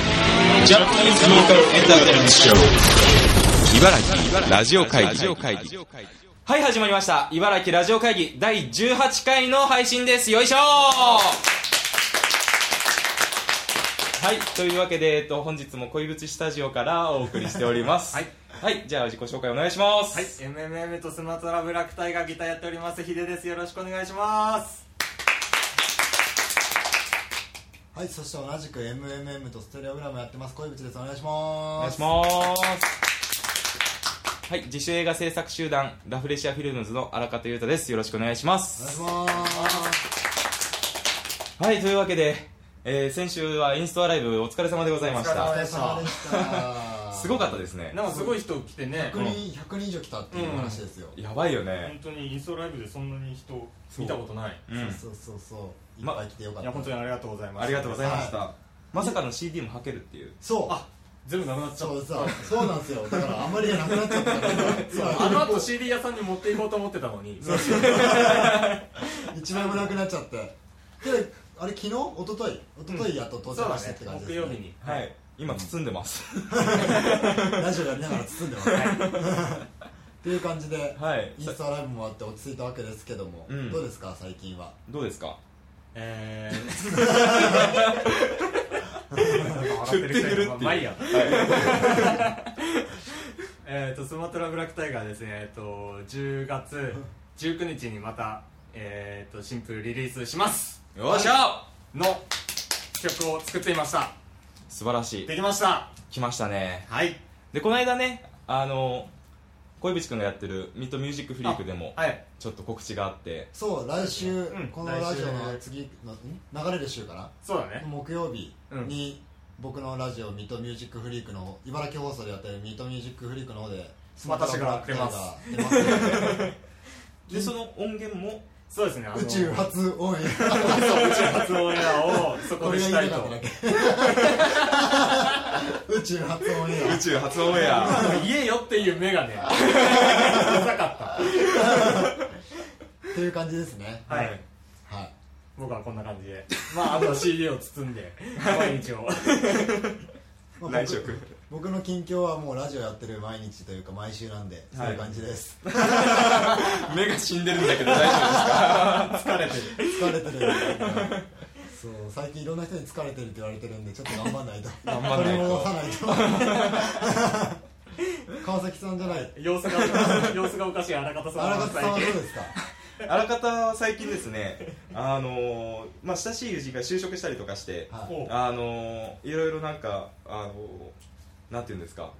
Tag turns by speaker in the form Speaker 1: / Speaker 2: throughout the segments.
Speaker 1: ジャパニーズローカルエンターテイメントショー
Speaker 2: 茨城ラジオ会議
Speaker 3: はい始まりました茨城ラジオ会議第18回の配信ですよいしょはいというわけで、えっと、本日も恋ぶちスタジオからお送りしております
Speaker 4: はい、
Speaker 3: はい、じゃあ自己紹介お願いします
Speaker 4: はい、MMM とスマトラブラックタイがギターやっておりますヒデですよろしくお願いします
Speaker 5: はい、そして同じく MMM とステレオグラムやってます恋口ですお願いし
Speaker 3: お願
Speaker 5: ま
Speaker 3: い
Speaker 5: す
Speaker 3: しますはい自主映画制作集団ラフレシアフィルムズの荒方裕太ですよろしくお願いします
Speaker 5: お願いします
Speaker 3: はいというわけで、えー先週はインストアライブお疲れ様でございまし
Speaker 4: お疲
Speaker 5: お
Speaker 3: た
Speaker 4: れ
Speaker 5: 疲れ様でした
Speaker 3: すごかったですね
Speaker 4: なんかすごい人来てね
Speaker 5: 100人100人以上来たっていう話ですよ、
Speaker 3: やばいよね
Speaker 4: 本当にインストライブでそんなに人見たことない
Speaker 3: うん
Speaker 5: そうそうそうい
Speaker 3: ま
Speaker 5: っぱい来てよか
Speaker 4: い
Speaker 5: っ
Speaker 4: や
Speaker 5: た、
Speaker 4: 本当にありがとうございます
Speaker 3: ありがとうございました、
Speaker 5: は
Speaker 3: まさかの CD も履けるっていう
Speaker 5: そう
Speaker 4: あ全部なくなっちゃ
Speaker 5: そう
Speaker 4: っ
Speaker 5: さそうなんですよだからあんまりなくなっちゃったから
Speaker 4: たあの後
Speaker 5: 今
Speaker 4: CD 屋さんに持っていこうと思ってたのに
Speaker 5: 一枚もなくなっちゃってであれ昨日一昨日一昨日やっと到
Speaker 4: そう
Speaker 5: 着
Speaker 4: だ
Speaker 5: してっ
Speaker 4: ね
Speaker 5: て感じ
Speaker 4: 木
Speaker 5: です
Speaker 4: 曜
Speaker 5: ね
Speaker 4: 日に
Speaker 3: はい今包んでます、
Speaker 5: ラジオやりながら包んでます っていう感じで、
Speaker 3: はい
Speaker 5: インスタライブもあって落ち着いたわけですけども、
Speaker 3: うん
Speaker 5: どうですか最近は
Speaker 3: どうですか
Speaker 4: え
Speaker 3: 振ってくるっていう
Speaker 4: まあいいやえっとスマトラブラックタイガーですねえっと10月19日にまたえっとシンプルリリースします
Speaker 3: よっしゃ
Speaker 4: の曲を作っていました
Speaker 3: 素晴らしい
Speaker 4: できました
Speaker 3: 来ましたね
Speaker 4: はい
Speaker 3: でこの間ねあの小渕君がやってるミッドミュージックフリークでも
Speaker 4: はい
Speaker 3: ちょっと告知があって
Speaker 5: そう来週、
Speaker 4: ん
Speaker 5: このラジオ
Speaker 4: 来週
Speaker 5: の次のん流れる週かな
Speaker 4: そうだね
Speaker 5: 木曜日に、僕のラジオミートミュージックフリークの茨城放送でやってるミートミュージックフリークの方でス
Speaker 4: また私が
Speaker 5: マトラブラックタイガー出ます
Speaker 3: でその音源も
Speaker 4: そうですねあの
Speaker 5: 宇宙初オン
Speaker 4: そう
Speaker 5: エ
Speaker 4: 宇宙初オンエアをそ
Speaker 5: ア
Speaker 4: こでしたいと
Speaker 5: これが言いたかっただけ 宇宙初オンエ
Speaker 3: 宇宙初オンエ
Speaker 4: あ
Speaker 3: ア
Speaker 4: の言えよっていう目がねうざかっ
Speaker 5: アっていう感じですね
Speaker 4: たはい
Speaker 5: はい
Speaker 4: 僕はこんな感じでまああと CD を包んで毎日を
Speaker 5: まあ
Speaker 3: 内
Speaker 5: 僕
Speaker 3: 職
Speaker 5: 僕の近況はもうラジオやってる毎日というか毎週なんでそういう感じです、
Speaker 3: 目が死んでるんだけど大丈
Speaker 4: 疲れてる
Speaker 5: 疲れてるみたいなそう最近いろんな人に疲れてるって言われてるんでちょっと頑張んないと
Speaker 3: 頑張んないと
Speaker 5: 取り戻さないと川崎さんじゃない
Speaker 4: 様子が様子がおかしい荒方さん
Speaker 5: 荒
Speaker 4: の
Speaker 5: 勝さん
Speaker 4: 最
Speaker 5: はどう
Speaker 4: 近
Speaker 5: ですか
Speaker 3: 夫ですかあらかたは最近ですねあのまあ親しい友人が就職したりとかして
Speaker 5: はい
Speaker 4: お
Speaker 3: あのいろいろなんかあのなんていうんですか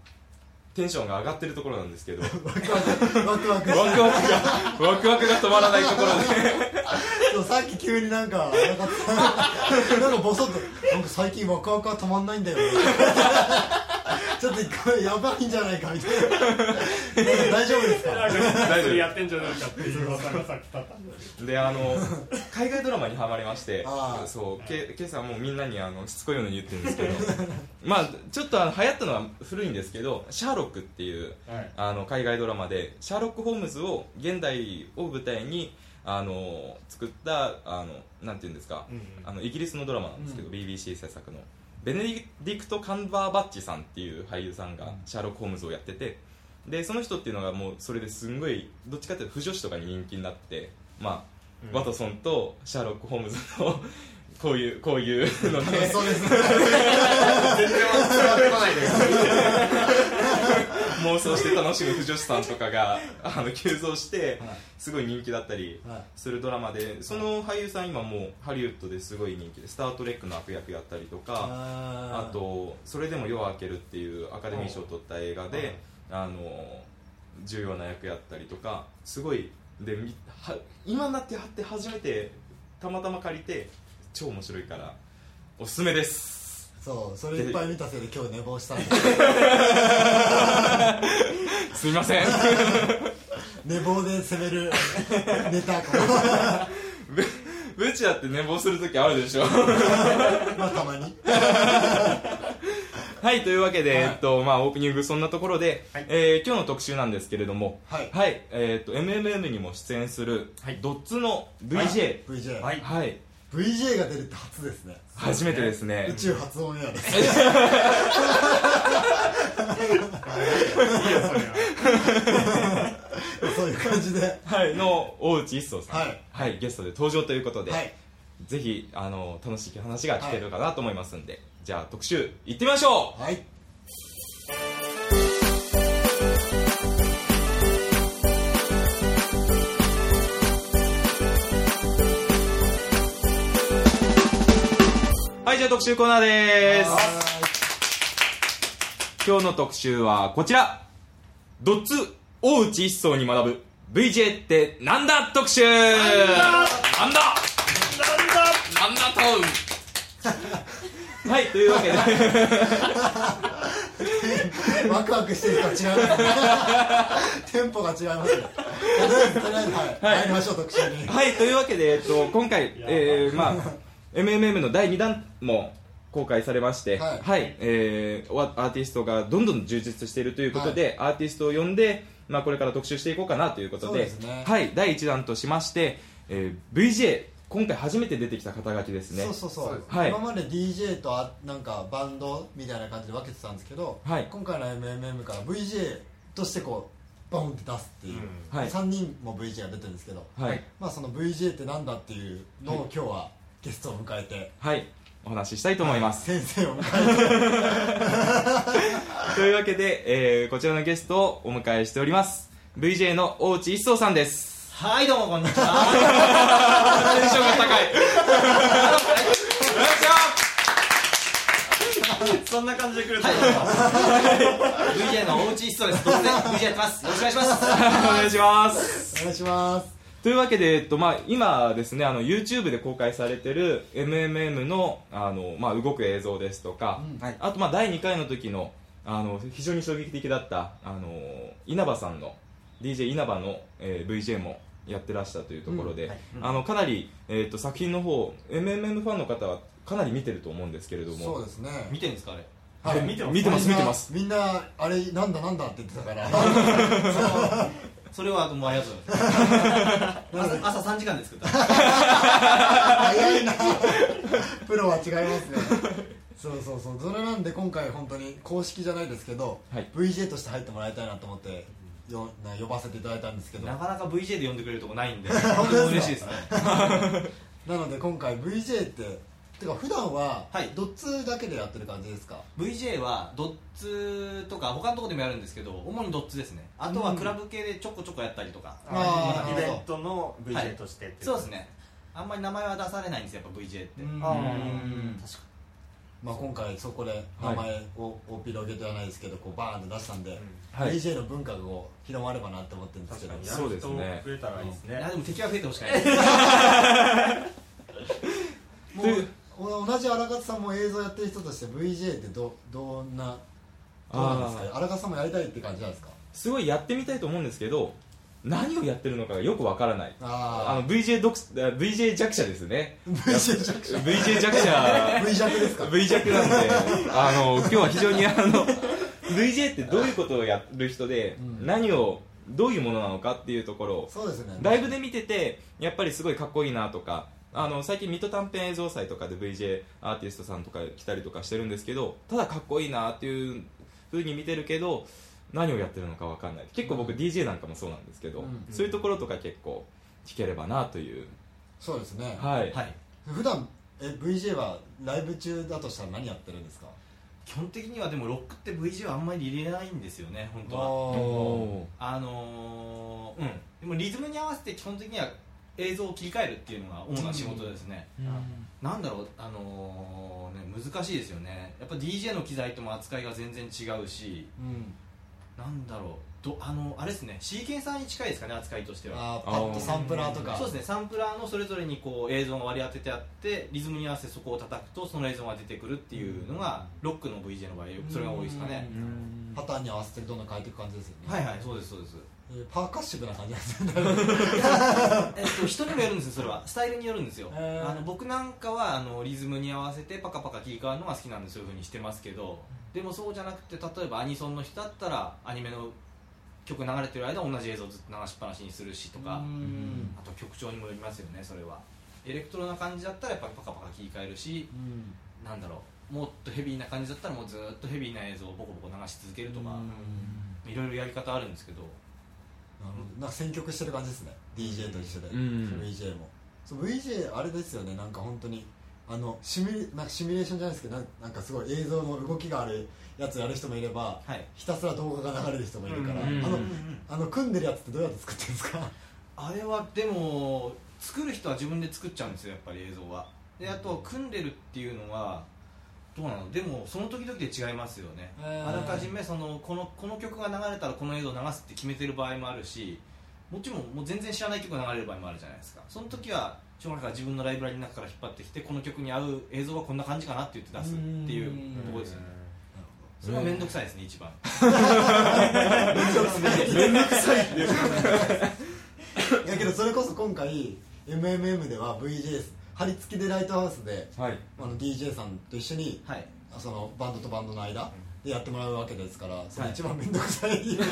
Speaker 3: テンションが上がってるところなんですけどワ
Speaker 5: ワクワクワクワク
Speaker 3: クワクがワクワクが止まらないところで
Speaker 5: そうさっき急になんか荒勝さんなんかボソッとなんか最近ワクワクは止まんないんだよねちょっと一回やばいんじゃないかみたいななんか大丈夫 です
Speaker 4: な
Speaker 5: か
Speaker 4: んか薬やってんじゃないかっていう噂がさっき立ったんです
Speaker 3: であの海外ドラマにはまりまして
Speaker 5: あー
Speaker 3: そうけ今朝もうみんなにあのしつこいように言ってるんですけど まあちょっとあの流行ったのは古いんですけど「シャーロック」っていう
Speaker 4: けどはい
Speaker 3: あの海外ドラマでシャーロック・ホームズを現代を舞台にあの作ったあのなんていうんですか、
Speaker 4: うんうん
Speaker 3: あのイギリスのドラマなんですけど、BBC 制作のベネディクト・カンバーバッチさんっていう俳優さんがシャーロック・ホームズをやっててでその人っていうのがもうそれですんごいどっちかっていうと不女子とかに人気になって、まあ
Speaker 4: うん
Speaker 3: ワトソンとシャーロック・ホームズの こういうこういう のね
Speaker 5: そうですね
Speaker 4: 全然伝わってこないです
Speaker 3: 妄想して楽しむ不女子さんとかがあの急増して
Speaker 5: はい
Speaker 3: すごい人気だったり
Speaker 5: はい
Speaker 3: するドラマでその俳優さん今もうハリウッドですごい人気で「スター・トレック」の悪役やったりとか
Speaker 5: あ
Speaker 3: あと「それでも夜は明ける」っていうアカデミー賞を取った映画であの重要な役やったりとかすごいでみは今になってはって初めてたまたま借りて超面白いからおすすめです
Speaker 5: そうそれいっぱい見たせいで今日寝坊したんです
Speaker 3: すみません
Speaker 5: 寝坊で攻 めるネタか
Speaker 3: ブブチだって寝坊する時あるでしょ
Speaker 5: もまあたまに
Speaker 3: はい、というわけで、
Speaker 5: はい
Speaker 3: えっと、まあ、オープニングそんなところで、
Speaker 4: はい
Speaker 3: えー今日の特集なんですけれども、
Speaker 5: はい
Speaker 3: はい、えーっと、MMM にも出演する
Speaker 4: はい、
Speaker 3: ドッツの
Speaker 4: は
Speaker 3: VJ、
Speaker 5: VJ
Speaker 4: は
Speaker 3: はいい、
Speaker 5: VJ が出るって初ですね
Speaker 3: 初めてです
Speaker 5: 宇
Speaker 3: ね
Speaker 5: 宙初オンエアです
Speaker 4: いやそれは
Speaker 5: そういう感じでは
Speaker 3: はいの大内一層さん
Speaker 5: はい
Speaker 3: ゲストで登場ということで、
Speaker 5: い
Speaker 3: ぜひあの楽しい話が聞けるかなと思いますんで、じゃあ特集いってみましょう
Speaker 5: はい
Speaker 3: はいじゃあ特集コーナーでーす
Speaker 5: は
Speaker 3: 今日の特集はこちらドッツ大内一層に学ぶ VJ ってなんだ特集なんだなんだなんだタウンはいというわけで
Speaker 5: いワクワクしてる人は違うね テンポが違いますねとりあえずとりあえずはい、
Speaker 3: はい
Speaker 5: 入りましょう特集に
Speaker 3: はい、というわけで、えっと、今回、えー、まあ、MMM の第2弾も公開されまして、
Speaker 5: はい
Speaker 3: えーおアーティストがどんどん充実しているということで、アーティストを呼んで、まあ、これから特集していこうかなということ
Speaker 5: そう
Speaker 3: で、
Speaker 5: ですね
Speaker 3: はい、第1弾としまして、えー VJ、今回初めて出てきた肩書きですね。
Speaker 5: そうそうそう
Speaker 4: そうです
Speaker 3: はい
Speaker 5: 今まで DJ とあなんかバンドみたいな感じで分けてたんですけど、
Speaker 3: はい
Speaker 5: 今回の MMM から VJ としてこうボンって出すっていう、
Speaker 4: う
Speaker 3: はい
Speaker 5: 3人も VJ が出てるんですけど、
Speaker 3: はい、
Speaker 5: まあ、その VJ ってなんだっていうのを今日はゲストを迎えて、
Speaker 3: はい、お話ししたいと思います。
Speaker 5: 先生を迎えて
Speaker 3: というわけで、えーこちらのゲストをお迎えしております。VJ の大内一壮さんです。
Speaker 6: はい、どうもこんにちは。
Speaker 3: テンションが高い。よっしゃ
Speaker 4: そんな感じで来ると
Speaker 6: はい、どうも。VJ のおうち一層です。突然 VJ やってます。よろしくお願いします。
Speaker 3: お願いします。
Speaker 5: お願いします
Speaker 3: というわけで、えっとまあ、今ですねあの YouTube で公開されてる MMM のあの、まあ、動く映像ですとか、
Speaker 5: うん
Speaker 6: はい
Speaker 3: あと、まあ、第2回の時のあの非常に衝撃的だったあの稲葉さんの DJ 稲葉の、えー VJ もやってらしたというところで、
Speaker 6: うんはい
Speaker 3: あのかなり、えっと作品の方 MMM ファンの方はかなり見てると思うんですけれども
Speaker 5: そうですね
Speaker 6: 見てるんですか、あれ。
Speaker 5: はい
Speaker 4: 見てます
Speaker 3: 見てます見てます
Speaker 5: みんなみんなあれなんだなんだって言ってたから
Speaker 6: それはどうもありがとうござい ます。朝朝3時間で作 った。
Speaker 5: 早いなプロは違いますねそうそうそうそれなんで今回本当に公式じゃないですけど、
Speaker 3: はい
Speaker 5: VJ として入ってもらいたいなと思ってよな呼ばせていただいたんですけど
Speaker 6: な
Speaker 5: な
Speaker 6: かなか VJ で呼んでくれるとこないんで、 本当に嬉しいですね。
Speaker 5: ので今回 VJ っててか普段は
Speaker 6: はい
Speaker 5: ドッツだけでやってる感じですか、
Speaker 6: VJ はドッツとか他のとこでもやるんですけど、主にドッツですね。あとはクラブ系でちょこちょこやったりとか。
Speaker 5: あー
Speaker 4: イベントの
Speaker 6: はい
Speaker 4: VJ としてって
Speaker 6: そうですね。あんまり名前は出されないんですよ、やっぱ VJ って。
Speaker 5: うん
Speaker 4: ああ
Speaker 6: うん
Speaker 4: 確か
Speaker 5: まあ、今回そこで名前を大広げてはないですけどこうバーンって出したんで、
Speaker 3: はい
Speaker 5: VJ の文化がこう広まればなって思ってるんですけ
Speaker 4: 確
Speaker 5: ど
Speaker 4: かに
Speaker 3: そうですね
Speaker 4: やる人増えたらいいです
Speaker 6: いや、
Speaker 4: ね
Speaker 6: でも敵は増えてほし くない。
Speaker 5: もうお同じ荒勝さんも映像やってる人として VJ ってどどんなどうなんですか荒勝さんもやりたいって感じなんですか
Speaker 3: すごいやってみたいと思うんですけど何をやってるのかがよくわからないあ
Speaker 5: あ
Speaker 3: の VJ, 独あ VJ 弱者です ね
Speaker 5: あ VJ 弱者
Speaker 3: VJ 弱者
Speaker 5: V 弱ですか
Speaker 3: V 弱なんであの今日は非常にあの VJ ってどういうことをやる人で、
Speaker 5: うん
Speaker 3: 何をどういうものなのかっていうところを
Speaker 5: そうですね
Speaker 3: ライブで見ててやっぱりすごいかっこいいなとかあの最近水戸短編映像祭とかで VJ アーティストさんとか来たりとかしてるんですけどただかっこいいなっていうふうに見てるけど何をやってるのかわかんない結構僕 DJ なんかもそうなんですけど、
Speaker 5: うん
Speaker 3: そういうところとか結構聞ければなという、
Speaker 5: そうですね
Speaker 3: はい、
Speaker 6: はい。
Speaker 5: 普段え VJ はライブ中だとしたら何やってるんですか
Speaker 6: 基本的にはでもロックって VJ はあんまり入れないんですよね本当は
Speaker 5: お
Speaker 6: あのー、うんでもリズムに合わせて基本的には映像を切り替えるっていうのが主な仕事ですね、なんだろうあのーね難しいですよねやっぱ DJ の機材とも扱いが全然違うし
Speaker 5: うん
Speaker 6: なんだろうどあのあれですねシーケンサーに近いですかね扱いとしては
Speaker 5: あーパッとサンプラーとか
Speaker 6: そうですねサンプラーのそれぞれにこう映像が割り当ててあってリズムに合わせてそこを叩くとその映像が出てくるっていうのがロックの VJ の場合それが多いですかね
Speaker 5: パターンに合わせてどんどん変えていく感じですよね
Speaker 6: はいはいそうですそうです
Speaker 5: えーパーカッシブな感じなんですね
Speaker 6: えっと、人にもよるんですよそれはスタイルによるんですよ、
Speaker 5: へー
Speaker 6: あの僕なんかはあのリズムに合わせてパカパカ切り替わるのが好きなんでそういうふうにしてますけどでもそうじゃなくて例えばアニソンの人だったらアニメの曲流れてる間同じ映像をずっと流しっぱなしにするしとか
Speaker 5: うん
Speaker 6: あと曲調にもよりますよねそれはエレクトロな感じだったらやっぱパカパカ切り替えるし、
Speaker 5: うん
Speaker 6: なんだろうもっとヘビーな感じだったらもうずっとヘビーな映像をボコボコ流し続けるとかいろいろやり方あるんですけど
Speaker 5: なるほどなんか選曲してる感じですね DJ と一緒で、
Speaker 2: うん
Speaker 5: VJ もそう VJ あれですよねなんか本当にあのシミュなんかシミュレーションじゃないですけどなんなんかすごい映像の動きがあるやつやる人もいれば
Speaker 6: はい
Speaker 5: ひたすら動画が流れる人もいるから、
Speaker 2: うん
Speaker 5: あの
Speaker 2: うん
Speaker 5: あの組んでるやつってどうやって作ってるんですか
Speaker 6: あれはでも作る人は自分で作っちゃうんですよやっぱり映像はであと組んでるっていうのはどうなのでもその時々で違いますよね
Speaker 5: へー
Speaker 6: あらかじめそのこのこの曲が流れたらこの映像を流すって決めてる場合もあるしもちろんもう全然知らない曲が流れる場合もあるじゃないですかその時はしょうがないから自分のライブラリの中から引っ張ってきてこの曲に合う映像はこんな感じかなって言って出すっていうところですよねそれは面倒くさいですね一番
Speaker 5: いやけどそれこそ今回 MMM では VJ 張り付きでライトハウスで
Speaker 3: はい
Speaker 5: あの DJ さんと一緒に
Speaker 6: はい
Speaker 5: そのバンドとバンドの間でやってもらうわけですからそれ一番面倒くさい、
Speaker 4: 一日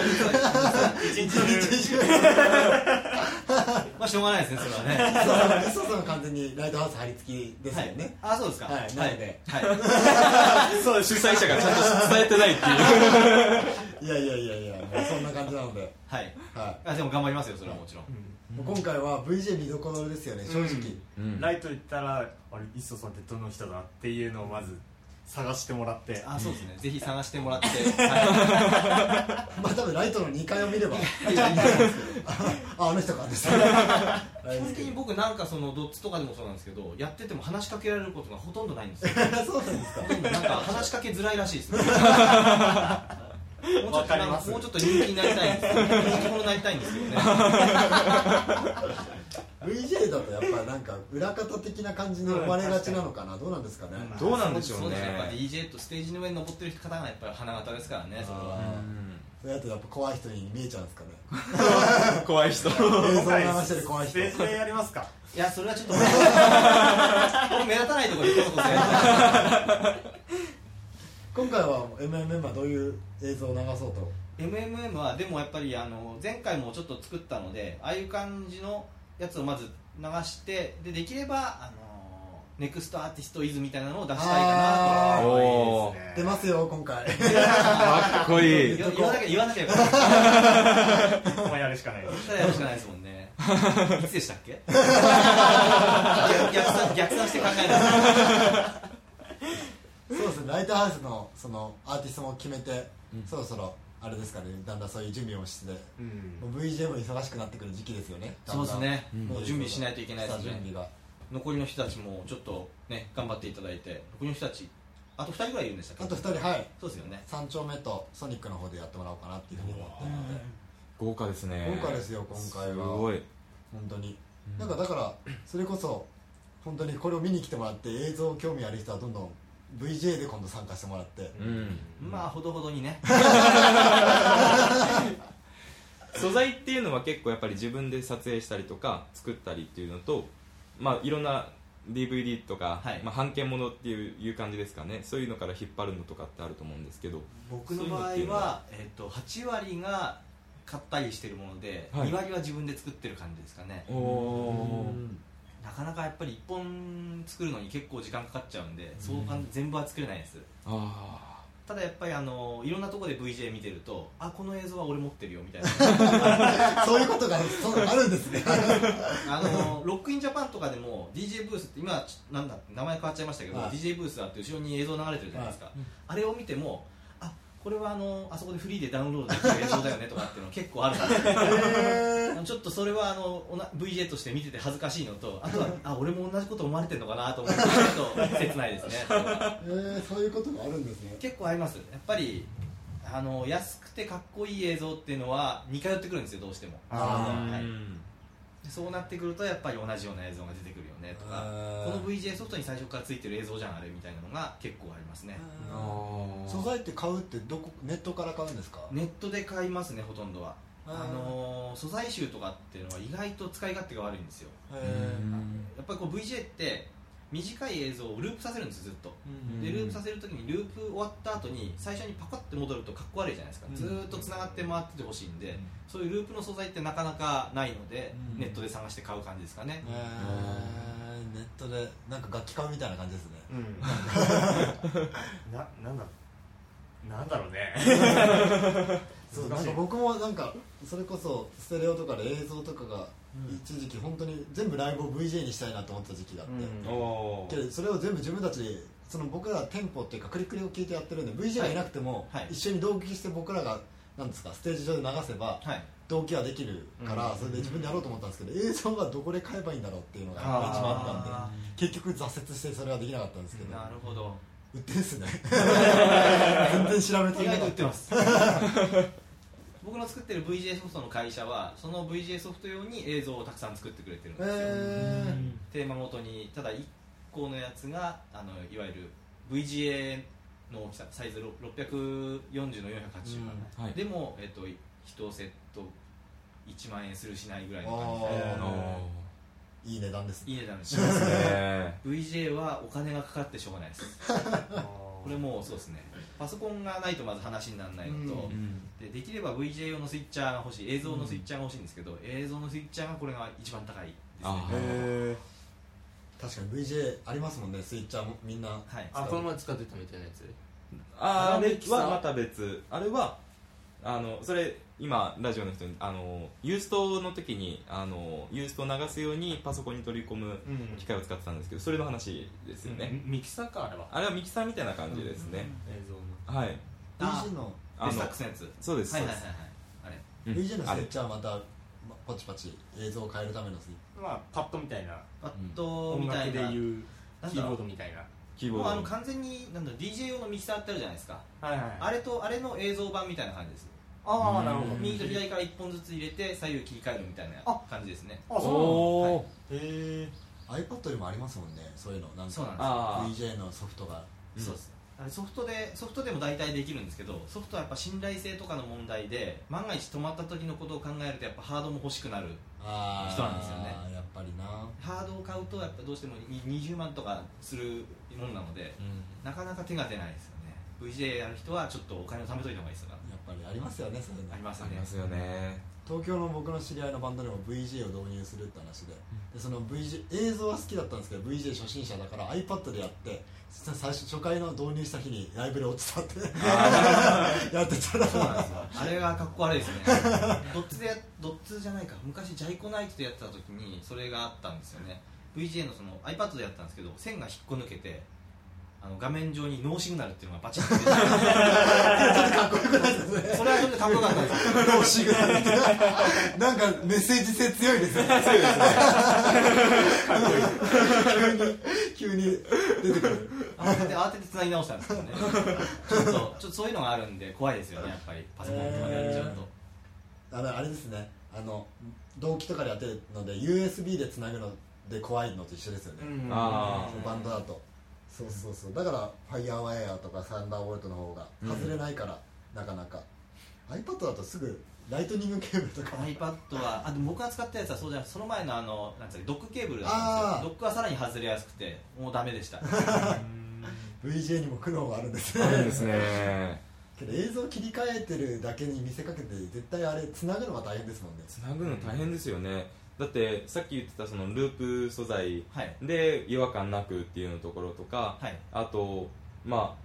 Speaker 5: 一
Speaker 4: 中
Speaker 5: 日中
Speaker 6: まあしょうがないですねそれはね
Speaker 5: そうそう完全にライトハウス張り付きですよね、
Speaker 6: はい、あそうですか
Speaker 5: はいなので
Speaker 6: はいはい
Speaker 2: そう主催者がちゃんと伝えてないっていう
Speaker 5: い、やいやいやいやもうそんな感じなので、
Speaker 6: はい
Speaker 5: は
Speaker 6: あでも頑張りますよそれはもちろん、
Speaker 5: い、もう今回は VJ 見どころですよね正直、
Speaker 4: ライト行ったらあれ磯さんってどの人だっていうのをまず探してもらって
Speaker 6: あそうですねぜひ探してもらって、は
Speaker 5: まあ多分ライトの2階を見れば
Speaker 6: い、い やいいと思うんですけど
Speaker 5: ああの人かです
Speaker 6: 基本的に僕なんかそのどっちとかでもそうなんですけどやってても話しかけられることがほとんどないんですよ
Speaker 5: そうなんですか
Speaker 6: ほとんどなんか話しかけづらいらしい ですねもうちょっ
Speaker 4: わ
Speaker 6: と
Speaker 4: か
Speaker 6: な
Speaker 4: り
Speaker 6: ん
Speaker 4: ま
Speaker 6: か
Speaker 4: す
Speaker 6: もうちょっと人気になりたいんですよ人気者になりたいんですよね
Speaker 5: VJ だとやっぱなんか裏方的な感じの生まれがちなのかなどうなんですかね、
Speaker 4: うん
Speaker 3: どうなんでしょ
Speaker 6: そうですねやっぱ
Speaker 3: ね
Speaker 6: DJ とステージの上に登ってる方がやっぱり花形ですからねそれは
Speaker 5: あーそれだとやっぱ怖い人に見えちゃうんですかね
Speaker 3: 怖い人
Speaker 5: 映
Speaker 4: 今
Speaker 5: 像を流
Speaker 4: 回
Speaker 5: してる怖い
Speaker 4: ス
Speaker 5: 人
Speaker 4: テージでやりますか
Speaker 6: いやそれはちょっと 僕目立たないところでこそこそやりたい
Speaker 5: 今回は MMM はどういう映像を流そうと
Speaker 6: MMM はでもやっぱりあの前回もちょっと作ったのでああいう感じのやつをまず流してでできればあのネクストアーティストイズみたいなのを出したいか
Speaker 5: あー
Speaker 2: おー
Speaker 4: いいですね
Speaker 5: 出ますよ今回
Speaker 2: かっこい
Speaker 6: ないと言わ言わなきゃ言わなきゃよかった
Speaker 4: もうやるしかない
Speaker 6: そしたらやるしかないですもんねいつでしたっけ逆逆算逆算して考えない
Speaker 5: そうですねライトハウスのそのアーティストも決めて、そろそろあれですかねだんだんそういう準備をして
Speaker 4: うん
Speaker 5: もう VJ も忙しくなってくる時期ですよね
Speaker 6: そうですね
Speaker 5: だんだん
Speaker 6: もう準備しないといけないですね
Speaker 5: 下準備が
Speaker 6: 残りの人たちもちょっとね頑張っていただいて残りの人たちあと2人ぐらいいるんでしたっけ
Speaker 5: あと2人はい
Speaker 6: そうですよね
Speaker 5: 3丁目とソニックの方でやってもらおうかなっていうふうに思ってるので
Speaker 2: 豪華ですね
Speaker 5: 豪華ですよ今回は
Speaker 2: すごい
Speaker 5: 本当に、なんかだからそれこそ本当にこれを見に来てもらって映像興味ある人はどんどん VJ で今度参加してもらって、
Speaker 2: うん
Speaker 6: まあほどほどにね
Speaker 3: 素材っていうのは結構やっぱり自分で撮影したりとか作ったりっていうのと、まあ、いろんな DVD とか、
Speaker 6: はい
Speaker 3: まあ、版権ものっていういう感じですかねそういうのから引っ張るのとかってあると思うんですけど
Speaker 6: 僕の場合
Speaker 3: そういうのっていうの
Speaker 6: は
Speaker 3: は、
Speaker 6: えー、と8割が買ったりしてるもので、
Speaker 3: はい
Speaker 6: 2割は自分で作ってる感じですかね
Speaker 3: おお
Speaker 6: なかなかやっぱり1本作るのに結構時間かかっちゃうんで、そうかん全部は作れないです
Speaker 2: あ
Speaker 6: ただやっぱりあのいろんなところで VJ 見てるとあこの映像は俺持ってるよみたいな
Speaker 5: そういうことがそうあるんですね
Speaker 6: あのロックインジャパンとかでも DJ ブースって今ちょなんだ名前変わっちゃいましたけど、
Speaker 5: はい
Speaker 6: DJ ブースあって後ろに映像流れてるじゃないですか、
Speaker 5: は
Speaker 6: あれを見てもあこれはあのあそこでフリーでダウンロードできる映像だよねとかっていうの結構あるんですよ
Speaker 5: へー
Speaker 6: ちょっとそれはあのおな VJ として見てて恥ずかしいのとあとはあ俺も同じこと思われてるのかなと思ってちょっと切ないですねそれは
Speaker 5: えー、そういうことがあるんですね
Speaker 6: 結構ありますやっぱりあの安くてかっこいい映像っていうのは似通ってくるんですよどうしても
Speaker 5: あ
Speaker 6: はいでそうなってくるとやっぱり同じような映像が出てくるよねと
Speaker 5: へ
Speaker 6: か
Speaker 5: ー
Speaker 6: この VJ ソフトに最初からついてる映像じゃんあれみたいなのが結構ありますね
Speaker 5: 素材って買うってどこネットから買うんですか、
Speaker 6: ネットで買いますねほとんどは
Speaker 5: あー
Speaker 6: あの素材集とかっていうのは意外と使い勝手が悪いんですよ
Speaker 5: へー
Speaker 6: やっぱりこう VJ って短い映像をループさせるんですよずっとでループさせるときにループ終わった後に最初にパカッて戻るとかっこ悪いじゃないですか、
Speaker 5: うん
Speaker 6: ずーっとつながって回っててほしいんで、そういうループの素材ってなかなかないので、
Speaker 5: うん
Speaker 6: ネットで探して買う感じですかね、
Speaker 5: えーネットでなんか楽器買うみたいな感じですね
Speaker 4: うんななんだなんだろうね難
Speaker 5: そうなん
Speaker 4: しい
Speaker 5: か僕もなんかそれこそステレオとかで映像とかが一時期本当に全部ライブを VJ にしたいなと思った時期があって、
Speaker 4: うん
Speaker 3: お
Speaker 5: け
Speaker 3: ー
Speaker 5: どそれを全部自分たちでその僕らテンポっていうかクリクリを聞いてやってるんで VJ がいなくても、
Speaker 6: はいはい
Speaker 5: 一緒に同期して僕らがなんですかステージ上で流せば
Speaker 6: はい
Speaker 5: 同期はできるから、それで自分でやろうと思ったんですけど、映像はどこで買えばいいんだろうっていうのが一番あったんで
Speaker 6: あ
Speaker 5: 結局挫折してそれはできなかったんですけ
Speaker 6: ー
Speaker 5: ど
Speaker 6: なるほど
Speaker 5: 売ってんすね 全然調べて
Speaker 6: 意
Speaker 5: なか
Speaker 6: 外と
Speaker 5: っ
Speaker 6: 売って
Speaker 5: た
Speaker 6: ます 僕の作ってる VJ ソフトの会社はその VJ ソフト用に映像をたくさん作ってくれてるんですよ、
Speaker 5: え
Speaker 6: テーマごとにただ1個のやつがあのいわゆる VGA の大きさサイズろ640の480か
Speaker 2: うんはい
Speaker 6: でも、えっと1セット1万円するしないぐらい
Speaker 5: ー、
Speaker 6: の感じで
Speaker 5: あ
Speaker 3: お
Speaker 5: ーいい値段ですね
Speaker 6: いい値段です
Speaker 3: ーですね
Speaker 6: VGA はお金がかかってしょうがないですこ
Speaker 4: こ
Speaker 6: れもうそうですねパソコンがないとまず話にならないのと、
Speaker 5: う
Speaker 6: でできれば VJ 用のスイッチャーが欲しい映像のスイッチャーが欲しいんですけど、映像のスイッチャーがこれが一番高いです
Speaker 2: あ
Speaker 6: ね
Speaker 3: へ
Speaker 5: 確かに VJ ありますもんねスイッチャーもみんな
Speaker 6: はい
Speaker 7: あこの前使ってたみたいなやつ
Speaker 3: ああ
Speaker 7: あれ
Speaker 3: れはまた別あれはあのそれ今ラジオの人にあのユーストの時にあのユーストを流すようにパソコンに取り込む
Speaker 4: うん
Speaker 3: 機械を使ってたんですけどそれの話ですよね、
Speaker 4: ミミキサーかあれは
Speaker 3: あれはミキサーみたいな感じですね、
Speaker 4: 映像の
Speaker 3: はい
Speaker 6: あ
Speaker 5: VJ の
Speaker 3: あの
Speaker 6: デスタックスのやつは
Speaker 3: そうです、
Speaker 6: いは
Speaker 3: そ
Speaker 6: い
Speaker 3: う
Speaker 6: はい
Speaker 3: です
Speaker 6: はいあれ
Speaker 3: うん
Speaker 5: VJ のスイ
Speaker 3: あれ
Speaker 5: ッチャーまたまパチパチ映像を変えるためのスイッ
Speaker 4: まあパッドみたいな
Speaker 6: パッド
Speaker 4: 音
Speaker 6: みた
Speaker 4: 楽
Speaker 6: い
Speaker 4: で
Speaker 6: な
Speaker 4: いう
Speaker 6: なん
Speaker 4: キー
Speaker 6: だろ
Speaker 4: ボー
Speaker 6: う
Speaker 4: ドみたいな
Speaker 3: キーボ
Speaker 6: もうあの
Speaker 3: ード
Speaker 6: 完全になんだろう DJ 用のミキサーってあるじゃないですか
Speaker 4: はいはい
Speaker 6: あれとあれの映像版みたいな感じです
Speaker 4: ああなるほど
Speaker 6: 右と左から1本ずつ入れて左右切り替えるみたいな
Speaker 4: あ
Speaker 6: 感じですね
Speaker 4: あそ
Speaker 2: お
Speaker 4: うなんだへえ
Speaker 5: チ iPad にもありますもんねそういうのなん
Speaker 6: そうなん
Speaker 5: か
Speaker 6: ですよ
Speaker 3: あ
Speaker 5: VJ のソフトが
Speaker 3: うん
Speaker 6: そうですあれソフトでソフトでも大体できるんですけどソフトはやっぱ信頼性とかの問題で万が一止まった時のことを考えるとやっぱハードも欲しくなる
Speaker 5: あー
Speaker 6: 人なんですよね
Speaker 5: やっぱりな
Speaker 6: ハードを買うとやっぱどうしてもに20万とかするものなので
Speaker 3: ーうん
Speaker 6: なかなか手が出ないですよね VJ やる人はちょっとお金を貯めといた方がいいですよ
Speaker 5: やっぱりありますよねそういうの
Speaker 6: ありますよ
Speaker 3: あり
Speaker 6: ね
Speaker 3: ますよね
Speaker 5: 東京の僕の知り合いのバンドでも VJ を導入するって話で,、でその VJ 映像は好きだったんですけど VJ 初心者だから iPad でやって最初初回の導入した日にライブで落ちたって やってたら
Speaker 6: そうなんですよあれがかっこ悪いですねドッツでやドッツじゃないか昔ジャイコナイトでやってた時にそれがあったんですよね VJ のその iPad でやったんですけど線が引っこ抜けてあの画面上にノーシグナルっていうのがバチッと出て それはそれでかっこよかったですよ
Speaker 5: どうしぐらいってなんかメッセージ性強いですね強いですね 急に急に出てくる
Speaker 6: 慌てて慌てて繋ぎ直したんですけどねちょっとちょっとそういうのがあるんで怖いですよねやっぱりパソコンとかでやっちゃうと、
Speaker 5: あのあれですねあの動機とかでやってるので USB でつなぐので怖いのと一緒ですよね、
Speaker 4: うん
Speaker 3: あ
Speaker 5: バンドだとそうそうそうだからファイヤーワイヤーとかサンダーボルトの方が
Speaker 3: うん
Speaker 5: 外れないから、なかなか iPad だとすぐライトニングケーブルとか
Speaker 6: iPad はあでも僕が使ったやつはそうじゃなくてその前のあのなんつうのドックケーブルだ
Speaker 5: あ
Speaker 6: った
Speaker 5: ー
Speaker 6: んですけどドックはさらに外れやすくてもうダメでした
Speaker 5: VJ にも苦悩があるんです ね
Speaker 3: あるんですね
Speaker 5: けど映像切り替えてるだけに見せかけて絶対あれつなぐのが大変ですもんね
Speaker 3: つなぐの大変ですよねだってさっき言ってたそのループ素材
Speaker 6: はい
Speaker 3: で違和感なくっていうのところとか
Speaker 6: はい
Speaker 3: あとまあ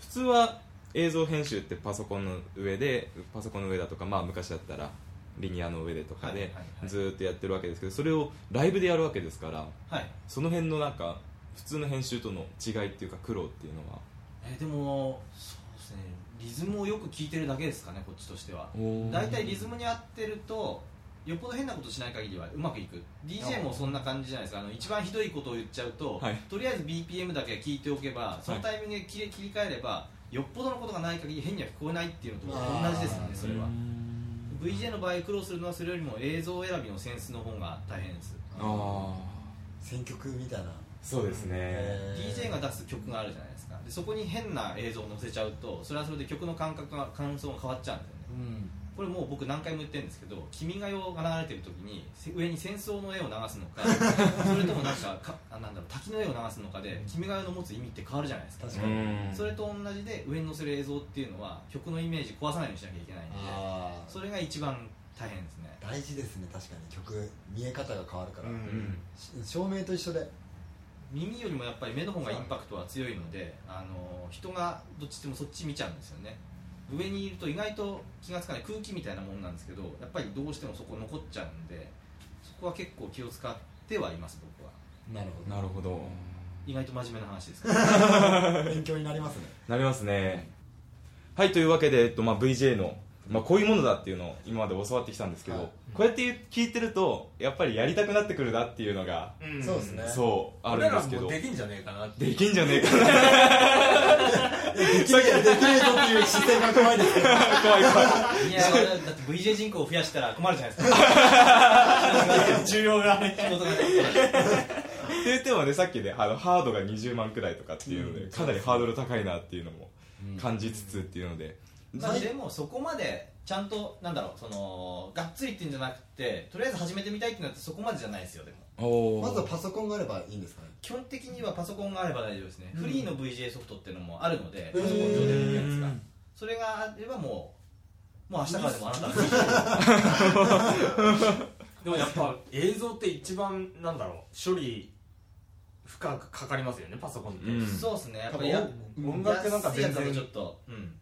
Speaker 3: 普通は映像編集ってパソコンの上でパソコンの上だとかまあ昔だったらリニアの上でとか
Speaker 6: はい
Speaker 3: で
Speaker 6: はいはい
Speaker 3: ずーっとやってるわけですけどそれをライブでやるわけですから
Speaker 6: はい、
Speaker 3: その辺のなんか普通の編集との違いっていうか苦労っていうのは
Speaker 6: えーでもそうですねリズムをよく聞いてるだけですかねこっちとしては
Speaker 3: だ
Speaker 6: 大体リズムに合ってるとよっぽど変なことしない限りはうまくいく DJ もそんな感じじゃないですかあの一番ひどいことを言っちゃうと、
Speaker 3: はい
Speaker 6: とりあえず BPM だけ聞いておけばそのタイミングで切れ切り替えればよっぽどのことがない限り変には聞こえないっていうのと同じですよね
Speaker 5: あー
Speaker 6: それは VJ の場合苦労するのはそれよりも映像選びのセンスの方が大変です
Speaker 3: あ
Speaker 5: 選曲みたいな
Speaker 3: ーそうですね
Speaker 6: DJ が出す曲があるじゃないですかでそこに変な映像を載せちゃうとそれはそれで曲の感覚が感想が変わっちゃうんですよね
Speaker 5: うん
Speaker 6: これもう僕何回も言ってるんですけど「君が代」が流れてる時にせ上に戦争の絵を流すの かそれともなんかかあなんだろう滝の絵を流すのかで「君が代」の持つ意味って変わるじゃないですか
Speaker 5: 確
Speaker 3: う
Speaker 5: かに
Speaker 3: ん
Speaker 6: それと同じで上に載せる映像っていうのは曲のイメージ壊さないようにしなきゃいけないんで
Speaker 5: あー
Speaker 6: それが一番大変ですね
Speaker 5: 大事ですね確かに曲見え方が変わるから、
Speaker 4: うん
Speaker 3: うん
Speaker 5: し照明と一緒で
Speaker 6: 耳よりもやっぱり目の方がインパクトは強いのであの人がどっちでもそっち見ちゃうんですよね上にいると意外と気がつかない空気みたいなもんなんですけどやっぱりどうしてもそこ残っちゃうんでそこは結構気を使ってはいます僕は
Speaker 5: なるほ
Speaker 3: なるほど
Speaker 6: 意外と真面目な話ですけど
Speaker 5: ど勉強になりますね
Speaker 3: なりますねはいというわけで、えっとまあ、VJ の、まあ、こういうものだっていうのを今まで教わってきたんですけど、
Speaker 5: はい
Speaker 3: こうやって聞いてるとやっぱりやりたくなってくるなっていうのが、
Speaker 4: うん
Speaker 5: そうですね
Speaker 3: そうある
Speaker 4: 俺
Speaker 3: んで
Speaker 4: ら
Speaker 3: すけ
Speaker 4: も
Speaker 3: ど
Speaker 4: できんじゃねえかなって
Speaker 3: できんじゃねえかな
Speaker 5: できねえできねえぞっていう視線が怖いですけど
Speaker 3: 怖い怖い
Speaker 6: いやだって VJ 人口を増やしたら困るじゃないですか
Speaker 4: 重要がね
Speaker 6: 仕事が
Speaker 3: って言ってもねさっきねあのハードが20万くらいとかっていうので、かなりハードル高いなっていうのも感じつつっていうので、
Speaker 6: まあ、でもそこまでちゃんとなんだろうそのがっつりってんじゃなくてとりあえず始めてみたいってなってそこまでじゃないですよでも
Speaker 3: おー
Speaker 5: まずはパソコンがあればいいんですかね
Speaker 6: 基本的にはパソコンがあれば大丈夫ですね、
Speaker 5: うん
Speaker 6: フリーの VJ ソフトっていうのもあるので
Speaker 5: へー
Speaker 6: パソコン上でできるんですがそれがあればもうもう明日からでもあなたは
Speaker 4: でもやっぱ映像って一番なんだろう処理負荷がかかりますよねパソコンって、
Speaker 3: うん
Speaker 6: そうですねやっ
Speaker 5: 多
Speaker 6: ぱりや
Speaker 5: 分音
Speaker 4: 音楽なんか全
Speaker 6: 安いやつだと
Speaker 4: 然
Speaker 6: ちょっと、うん、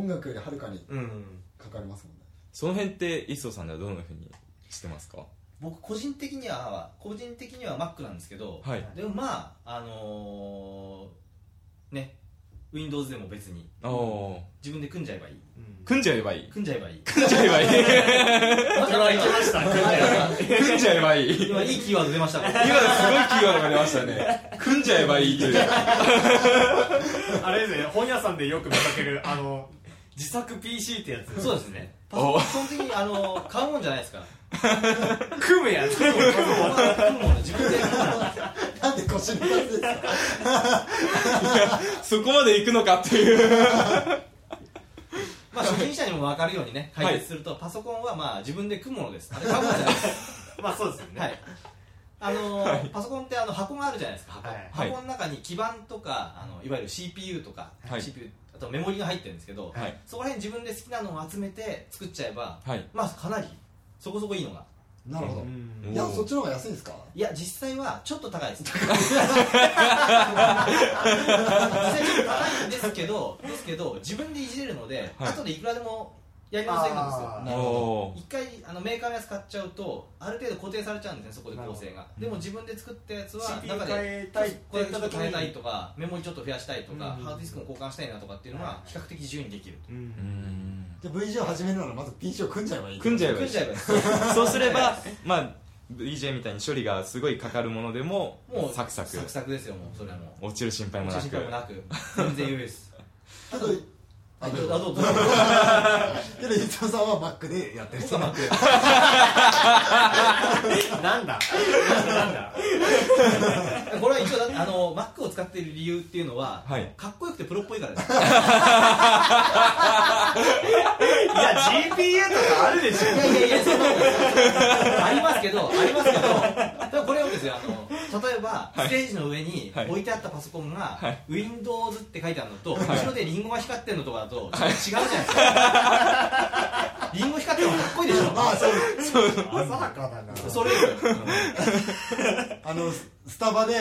Speaker 5: 音楽よりはるかに
Speaker 4: うん
Speaker 5: かかりますもんね
Speaker 3: その辺って一層さんではどんなふうにしてますか
Speaker 6: 僕個人的には個人的には Mac なんですけど、
Speaker 3: はい
Speaker 6: でもまああのー、ね Windows でも別に
Speaker 3: おお
Speaker 6: 自分で組んじゃえばいい
Speaker 4: うん
Speaker 3: ー組んじゃえばいい
Speaker 6: 組んじゃえばいい
Speaker 3: 組んじゃえばいい
Speaker 6: ま
Speaker 4: それは行きました
Speaker 3: 組んじゃえばいい
Speaker 6: 今いいキーワード出ましたね
Speaker 3: 今すごいキーワードが出ましたね組んじゃえばいいという
Speaker 4: あれですね本屋さんでよく見かけるあの自作 PC ってやつ
Speaker 6: そうですねパソコン基本的にあの買うもんじゃないですから
Speaker 4: 組むやつ
Speaker 6: 買うもん自分で
Speaker 5: なんで腰のやつですか
Speaker 3: そこまで行くのかっていう
Speaker 6: まあ初心者にも分かるようにね解説すると、パソコンはまあ自分で組むものですあれ買うものじゃないです
Speaker 4: まあそうですよね、
Speaker 6: はいあのパソコンってあの箱があるじゃないですか箱,、
Speaker 4: はい
Speaker 6: 箱の中に基板とかあのいわゆる CPU とか、
Speaker 3: はい
Speaker 6: CPU あとメモリが入ってるんですけど、
Speaker 3: はい
Speaker 6: そこら辺自分で好きなのを集めて作っちゃえば
Speaker 3: はい
Speaker 6: まあかなりそこそこいいのが
Speaker 5: なるほど
Speaker 4: うん
Speaker 5: いやそっちの方が安いんですか
Speaker 6: いや実際はちょっと高いです実際ちょっと高いんですけどですけど自分でいじれるので、
Speaker 3: はい
Speaker 6: 後でいくらでもやり直せるんですよ
Speaker 4: あー
Speaker 5: なるほど
Speaker 3: おー
Speaker 6: 一回あのメーカーのやつ買っちゃうとある程度固定されちゃうんですねそこで構成がでも自分で作ったやつは
Speaker 4: CPU
Speaker 6: 中
Speaker 4: 変
Speaker 6: で
Speaker 4: えたいって
Speaker 6: こ
Speaker 4: 言
Speaker 6: れ
Speaker 4: っ
Speaker 6: ちょ
Speaker 4: た
Speaker 6: っと
Speaker 4: 時
Speaker 6: 変えたい
Speaker 4: に
Speaker 6: とかメモリちょっと増やしたいとか、
Speaker 4: うん
Speaker 6: ハードディスクも交換したいなとかっていうのは比較的自由にできる
Speaker 4: う
Speaker 3: うんん
Speaker 5: じゃあ VG を始めるならまず PC を組んじゃえばいい
Speaker 3: 組んじゃえばい
Speaker 6: 組ん
Speaker 3: い
Speaker 6: じゃえばいい
Speaker 3: そうすれば、まあ、DJ みたいに処理がすごいかかるものでも、
Speaker 6: もう
Speaker 3: サクサク
Speaker 6: サクサクですよもうそれはもう
Speaker 3: 落ちる心配もなく
Speaker 6: 写真家もなく全然余裕です
Speaker 5: けど
Speaker 6: あ
Speaker 5: あ
Speaker 6: ど
Speaker 5: ど
Speaker 6: う
Speaker 5: うぞ
Speaker 6: ぞどうぞ
Speaker 5: けど伊藤さんは Mac でやってる
Speaker 6: 僕は待ってる
Speaker 4: なんだなんだ
Speaker 6: これは一応だってあの Mac を使っている理由っていうのは、
Speaker 3: はい
Speaker 6: かっこよくてプロっぽいからで
Speaker 4: い
Speaker 6: す
Speaker 4: や GPU とかあるでしょ
Speaker 6: いやいやいやそんなことないありますけどありますけどでもこれをですよあの例えば、ステージの上に
Speaker 3: はい
Speaker 6: 置いてあったパソコンが、
Speaker 3: はい
Speaker 6: Windows って書いてあるのと、後ろでリンゴが光ってるのとかだと、ちょっと違うじゃないですかリンゴ光ってるのかっこいいでしょ
Speaker 5: まあそう
Speaker 4: 浅はかだな
Speaker 6: それよりも
Speaker 5: あのススタバで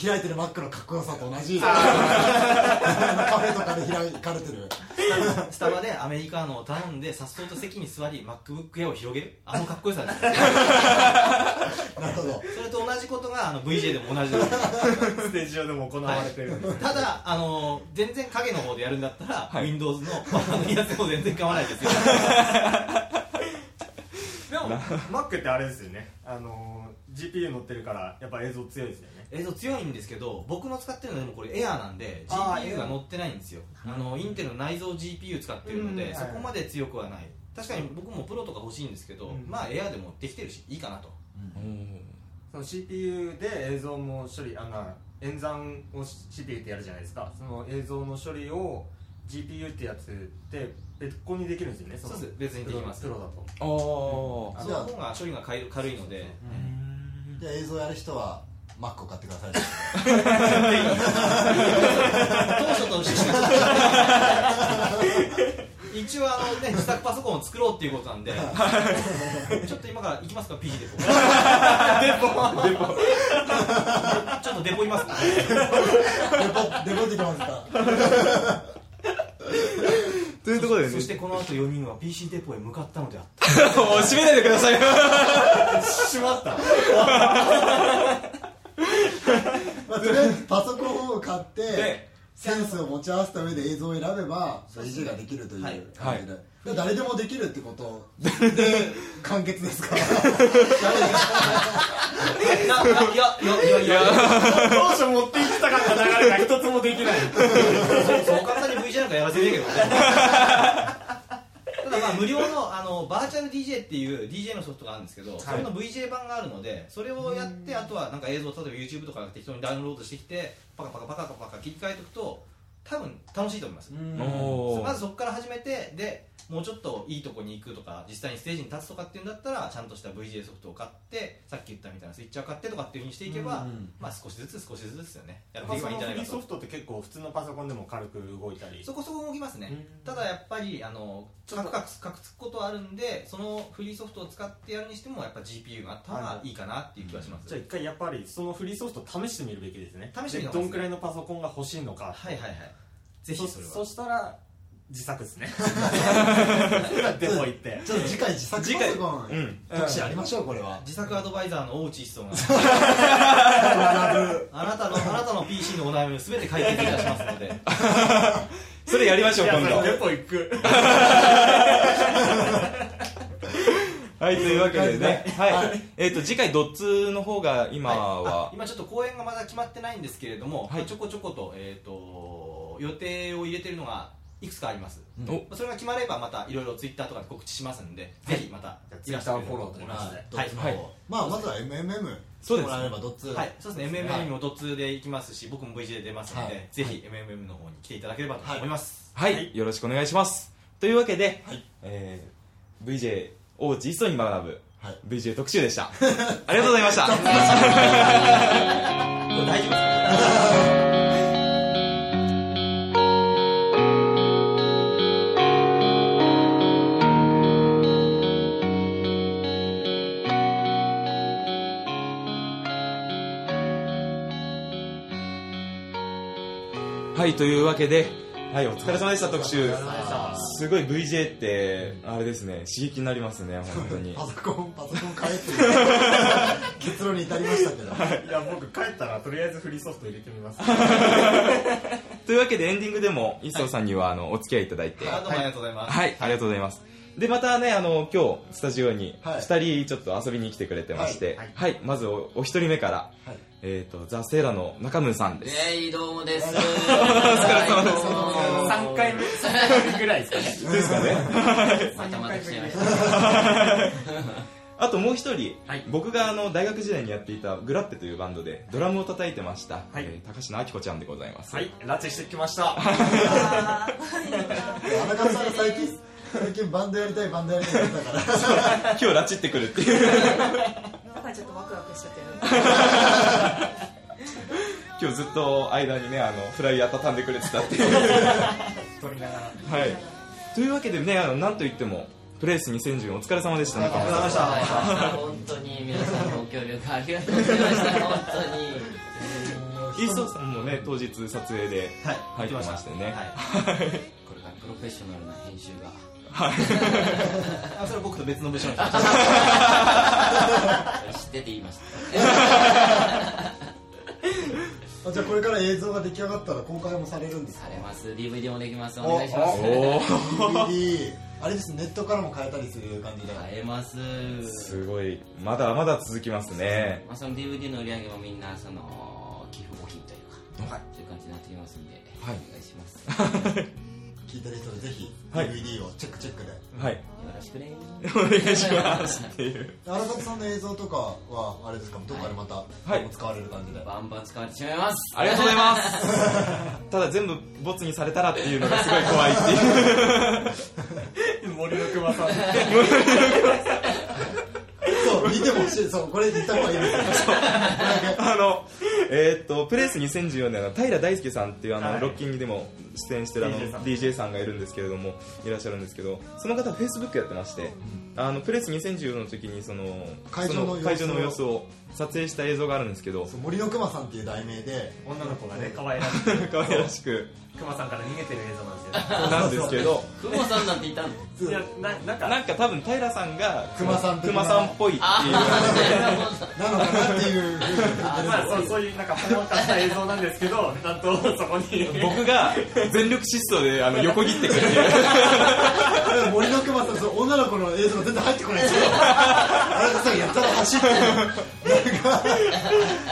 Speaker 5: 開いてる Mac のかっこよさと同じカ フェとかで開かれてる
Speaker 6: スタバでアメリカーノを頼んでさっそうと席に座り MacBook Air を広げるあのかっこよさです
Speaker 5: なるほど
Speaker 6: それと同じことがあの VJ でも同じです
Speaker 4: ステージ上でも行われてるんです
Speaker 6: ただあの全然影の方でやるんだったら、
Speaker 3: はい
Speaker 6: Windows のあのやつも全然買わないですよ
Speaker 4: でも Mac ってあれですよねあの GPU 乗ってるからやっぱ映像強いですよね
Speaker 6: 映像強いんですけど僕の使ってるのはでもこれ Air なんで
Speaker 4: あー
Speaker 6: GPU が乗ってないんですよあのインテルの内蔵 GPU 使ってるの
Speaker 4: う
Speaker 6: で、
Speaker 4: ん
Speaker 6: そこまで強くはない確かに僕もプロとか欲しいんですけど、
Speaker 4: うん
Speaker 6: まあ Air でもできてるしいいかなと
Speaker 4: その CPU で映像も処理あな演算を CPU ってやるじゃないですかその映像の処理を GPU ってやつで別個にできるんですよね
Speaker 6: そう
Speaker 4: の
Speaker 6: です別にできます
Speaker 4: プロだと
Speaker 3: おお
Speaker 6: その方が処理が軽い軽いので
Speaker 5: じゃあ映像やる人は Mac を買ってください
Speaker 6: 当初と一緒に一中はあの、ね、自作パソコンを作ろうっていうことなんでちょっと今から行きますか PG デポデポデポちょっとデポいますか
Speaker 5: デポってきますか
Speaker 8: というところでね
Speaker 6: そしてこの後4人は PC デポへ向かったのであっ た
Speaker 3: もう閉めないでください
Speaker 6: しまった
Speaker 5: まあとりあえずパソコンを買って
Speaker 3: で
Speaker 5: センスを持ち合わせた上で映像を選べば維持ができるという感じで、
Speaker 3: はい
Speaker 5: で誰でもできるっ てことで完結ですから
Speaker 6: いやいやいやいやいや
Speaker 3: 当初持っていきたかった流れが一つもできない
Speaker 6: そう簡単に VJ なんかやらせねえけ どねただまあ無料のあのバーチャル DJ っていう DJ のソフトがあるんですけど、それの VJ 版があるのでそれをやって、あとはなんか映像例えば YouTube とか適当にダウンロードしてきてパカパカパカパカ切り替えておくと多分楽しいと思います、
Speaker 3: お
Speaker 6: まずそこから始めてでもうちょっといいとこに行くとか実際にステージに立つとかっていうんだったらちゃんとした VJ ソフトを買ってさっき言ったみたいなスイッチャー買ってとかっていうふうにしていけば、まあ少しずつ少しずつですよねやっていけばいいんじゃないかと
Speaker 4: ソフトって結構普通のパソコンでも軽く動いたり
Speaker 6: そこそこ動きますね、
Speaker 4: うん
Speaker 6: ただやっぱりあのカクカクカクつくことはあるんでそのフリーソフトを使ってやるにしてもやっぱ GPU があった方がいいかなっていう気はします、
Speaker 4: じゃあ一回やっぱりそのフリーソフト試してみるべきですね
Speaker 6: 試してみる
Speaker 4: でどんくらいのパソコンが欲しいのか
Speaker 6: はいはいはいぜひそれは
Speaker 4: そしたら自作 ですねでも言って
Speaker 5: ちょっと次回自作パソコン
Speaker 8: うん
Speaker 5: 特集やりましょうこれは
Speaker 6: 自作アドバイザーの大内 一層があなたのあなたの PC のお悩みを全て解決いたしますので
Speaker 3: それやりましょう今
Speaker 4: いやそ
Speaker 3: 度
Speaker 4: れポ行く
Speaker 3: はいというわけでね
Speaker 5: は
Speaker 3: はいいえっと次回ドッツの方が今
Speaker 6: はいあ
Speaker 3: は
Speaker 6: 今ちょっと公演がまだ決まってないんですけれども、
Speaker 3: はい
Speaker 6: まあちょこちょこと,、えー、と予定を入れてるのがいくつかあります、
Speaker 3: お
Speaker 6: まあそれが決まればまたいろいろツイッターとかで告知しますんで、ぜひまた
Speaker 4: ツイッターフォローということで
Speaker 6: はい、
Speaker 3: はい
Speaker 5: まあまずは MMM
Speaker 3: そうです
Speaker 5: もらえればどっつ
Speaker 6: はい、そうですね、
Speaker 5: はい
Speaker 6: MMM もドッツで行きますし、僕も VJ で出ますので、
Speaker 5: はい
Speaker 6: ぜひ MMM の方に来ていただければと思います。
Speaker 3: はい、
Speaker 4: はい
Speaker 3: よろしくお願いしますというわけで、
Speaker 5: はい
Speaker 3: えー VJ 大内一層に学ぶ、
Speaker 5: はい
Speaker 3: VJ 特集でしたありがとうございま した
Speaker 6: これ大丈夫ですか
Speaker 3: はいというわけではいお疲れ様でした特集
Speaker 5: あ
Speaker 3: すごい VJ ってあれですね刺激になりますね本当に
Speaker 5: パソコンパソコン買 えっていう結論に至りましたけど
Speaker 4: いや僕帰ったらとりあえずフリーソフト入れてみます
Speaker 3: というわけでエンディングでも一層さんにはあのお付き合いいただいて
Speaker 6: あどうもありがとうございます。
Speaker 3: はい、ありがとうございます。で、またね、あの、今日、スタジオに、
Speaker 5: はい
Speaker 3: 二人ちょっと遊びに来てくれてまして、
Speaker 4: は
Speaker 3: はいい、まずお、お一人目から、
Speaker 5: はい
Speaker 3: えっ、と、ザ・セーラの中村さんです。
Speaker 7: えいどうもです。お
Speaker 3: 様で
Speaker 7: 疲
Speaker 3: す
Speaker 4: 3回目ぐらいですかね
Speaker 3: ですかね。
Speaker 7: またまた来ちゃいました。
Speaker 3: あともう一人、
Speaker 4: はい
Speaker 3: 僕があの、大学時代にやっていたグラッペというバンドで、ドラムを叩いてました、
Speaker 4: はい
Speaker 3: えー高階明子ちゃんでございます。
Speaker 4: はい拉致してきました
Speaker 5: 荒川さんが最近最近バンドやりたいバンドやりたいって言ってたから
Speaker 3: 今日、拉致ってくるっていう、
Speaker 9: なんかちょっとワクワクしちゃってる。
Speaker 3: 今日ずっと間にね、あの、フライヤー畳んでくれてたっていう。
Speaker 4: 取りながら
Speaker 3: はい。というわけでね、あの、なんといっても、プレイス2010お疲れ様でした、中村さん。
Speaker 7: 本当に皆さんのご協力ありがとうございました。本当に。
Speaker 3: イーストさんもね当日撮影で
Speaker 6: はい、
Speaker 3: 入ってましたよね
Speaker 7: これからプロフェッショナルな編集が。
Speaker 6: あそれは僕と別の部署の人。
Speaker 7: 知ってて言いまし
Speaker 5: あじゃあこれから映像が出来上がったら公開もされるんです
Speaker 7: た。
Speaker 5: か
Speaker 7: されます。DVD もできます。お願いします。
Speaker 3: おお
Speaker 5: DVD あれですねネットからも変えたりする感じで
Speaker 7: 会えます。
Speaker 3: すごいまだまだ続きますね
Speaker 7: まあその DVD の売り上げもみんなその寄付募金というか、という感じになってきますんで、
Speaker 3: はい
Speaker 7: お願いします。よ
Speaker 5: 聞いてる人でぜひ
Speaker 3: はい
Speaker 5: DVD をチェックチェックで
Speaker 3: はい
Speaker 7: ろしくね。
Speaker 3: お願いしますっていう
Speaker 5: 荒川さんの映像とかはあれですかどこかでまた
Speaker 3: はい
Speaker 5: 使われる感じ で
Speaker 7: バンバン使われてしまいます。
Speaker 3: ありがとうございます ただ全部ボツにされたらっていうのがすごい怖いっていう
Speaker 4: 森の熊さん
Speaker 5: そう見ても欲しいそうこれ言った方がいいですよ
Speaker 3: あのえーっとプレイス2014年の平大輔さんっていうあの、
Speaker 4: はい
Speaker 3: ロッキングでも出演してるあの
Speaker 4: DJ さん
Speaker 3: DJ さんがいるんですけれどもいらっしゃるんですけどその方は Facebook やってまして、あのプレス2014の時にその
Speaker 5: 会場
Speaker 3: そ
Speaker 5: の様子を
Speaker 3: 会場の様子を撮影した映像があるんですけど
Speaker 5: そう森の熊さんっていう題名で
Speaker 4: 女の子がね可愛らしい
Speaker 3: 可愛らしく
Speaker 4: クマさんから逃げてる映像なんです
Speaker 3: なんです
Speaker 4: よね
Speaker 3: けど
Speaker 7: クマさんなんていたの
Speaker 5: そう
Speaker 4: いやななんか
Speaker 3: なんか多分平さんが
Speaker 5: 熊さん的な
Speaker 3: 熊さんっぽいっていう
Speaker 5: なのかなっていうふうに言ってるん
Speaker 4: まあそうそういうなんかほんわかした映像なんですけどなんとそこに
Speaker 3: 僕が全力疾走であの横切ってくるっていう
Speaker 5: ですけど森の熊さんその女の子の映像が全然入ってこないんですよあれがさやったら走ってるなんか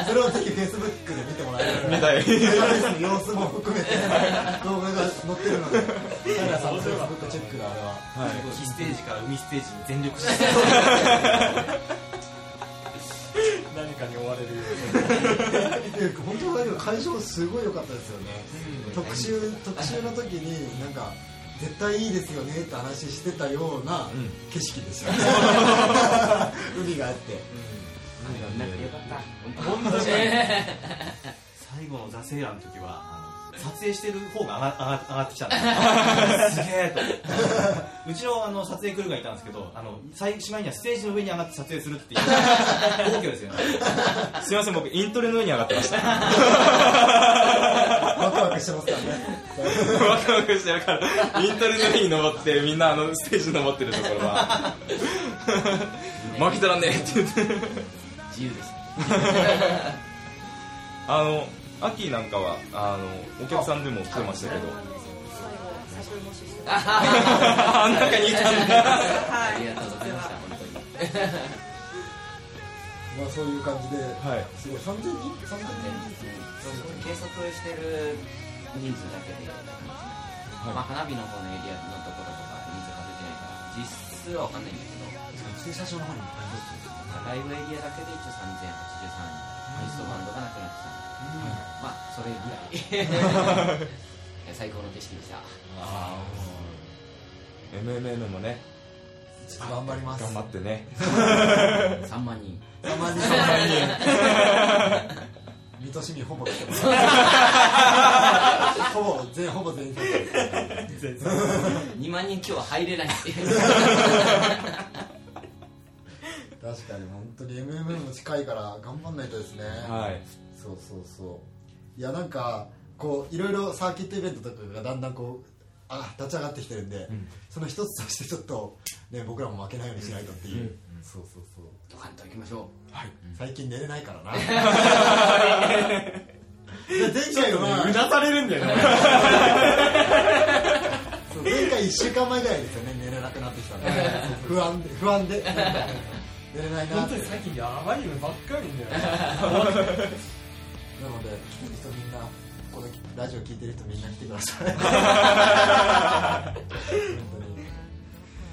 Speaker 5: それをぜひ Facebook で見てもらえる
Speaker 3: みたい
Speaker 5: メダリストの様子も含めて動画が載ってるので平さんの Facebook チェッ クがあれは
Speaker 6: 火ステージから海ステージに全力して
Speaker 4: 何かに追われる
Speaker 5: いや本当だけど会場すごい良かったですよね、特集特集の時になんか絶対いいですよねって話してたような景色で したね、海があって、
Speaker 7: なんかよかった
Speaker 6: 本当に最後の座セーラーの時はあの撮影してる方が上が上が上がってきたん ですすげえと思ってうちのあの撮影クルーがいたんですけどあの最しまいにはステージの上に上がって撮影する っていう暴挙ですよね
Speaker 3: すいません僕イントレのように上がってました
Speaker 5: ワクワクしてますからね
Speaker 3: ワ クワクしてるからイントレのように登ってみんなあのステージ登ってるところは負けたらねって言って
Speaker 7: 自由でした
Speaker 3: あのアキなんかはあのお客さんでも来てましたけど
Speaker 9: 最後、募集して
Speaker 7: あ
Speaker 9: ま す。
Speaker 3: あん中にいたんだ
Speaker 9: は
Speaker 7: りがとうございました
Speaker 5: ま
Speaker 7: 本当に
Speaker 5: あそういう感じで、
Speaker 3: はい
Speaker 5: すごい3000人3000
Speaker 7: 計測してる人数だけで、まあ、花火の方のエリアのところとか人数が出てないから実数は分かんないんだけど
Speaker 5: 人駐車場の方に
Speaker 7: ライブエリアだけで一応3083人アイストバンドがなくなってたんで、まあそれぐら い最高の景色でした
Speaker 3: MMM もね
Speaker 5: ちょっと頑張ります
Speaker 3: 頑張ってね
Speaker 7: 3万人
Speaker 5: たまにそんなに水戸市民ほぼ来てますほぼ全ほぼ全員参加です
Speaker 7: 2万人今日は入れ ないっていう
Speaker 5: 確かに本当に MMM も近いから頑張んないとですね、
Speaker 3: はい
Speaker 5: そうそうそういやなんかこういろいろサーキットイベントとかがだんだんこうあ立ち上がってきてるんで、その一つとしてちょっと、ね、僕らも負けないようにしないとっていう、そうそうそう
Speaker 7: ドカンと行きましょう
Speaker 5: 最近寝れない からなで前回は
Speaker 4: うなされるんだよね
Speaker 5: そう前回1週間前ぐらいですよね寝れなくなってき たので不安で不安でなんか寝れないな
Speaker 4: 本
Speaker 5: っ
Speaker 4: 当
Speaker 5: て
Speaker 4: に最近やばい夢ばっかりんだよね
Speaker 5: なので、来てる人みんな、このラジオ聞いてる人みんな来てください。本当に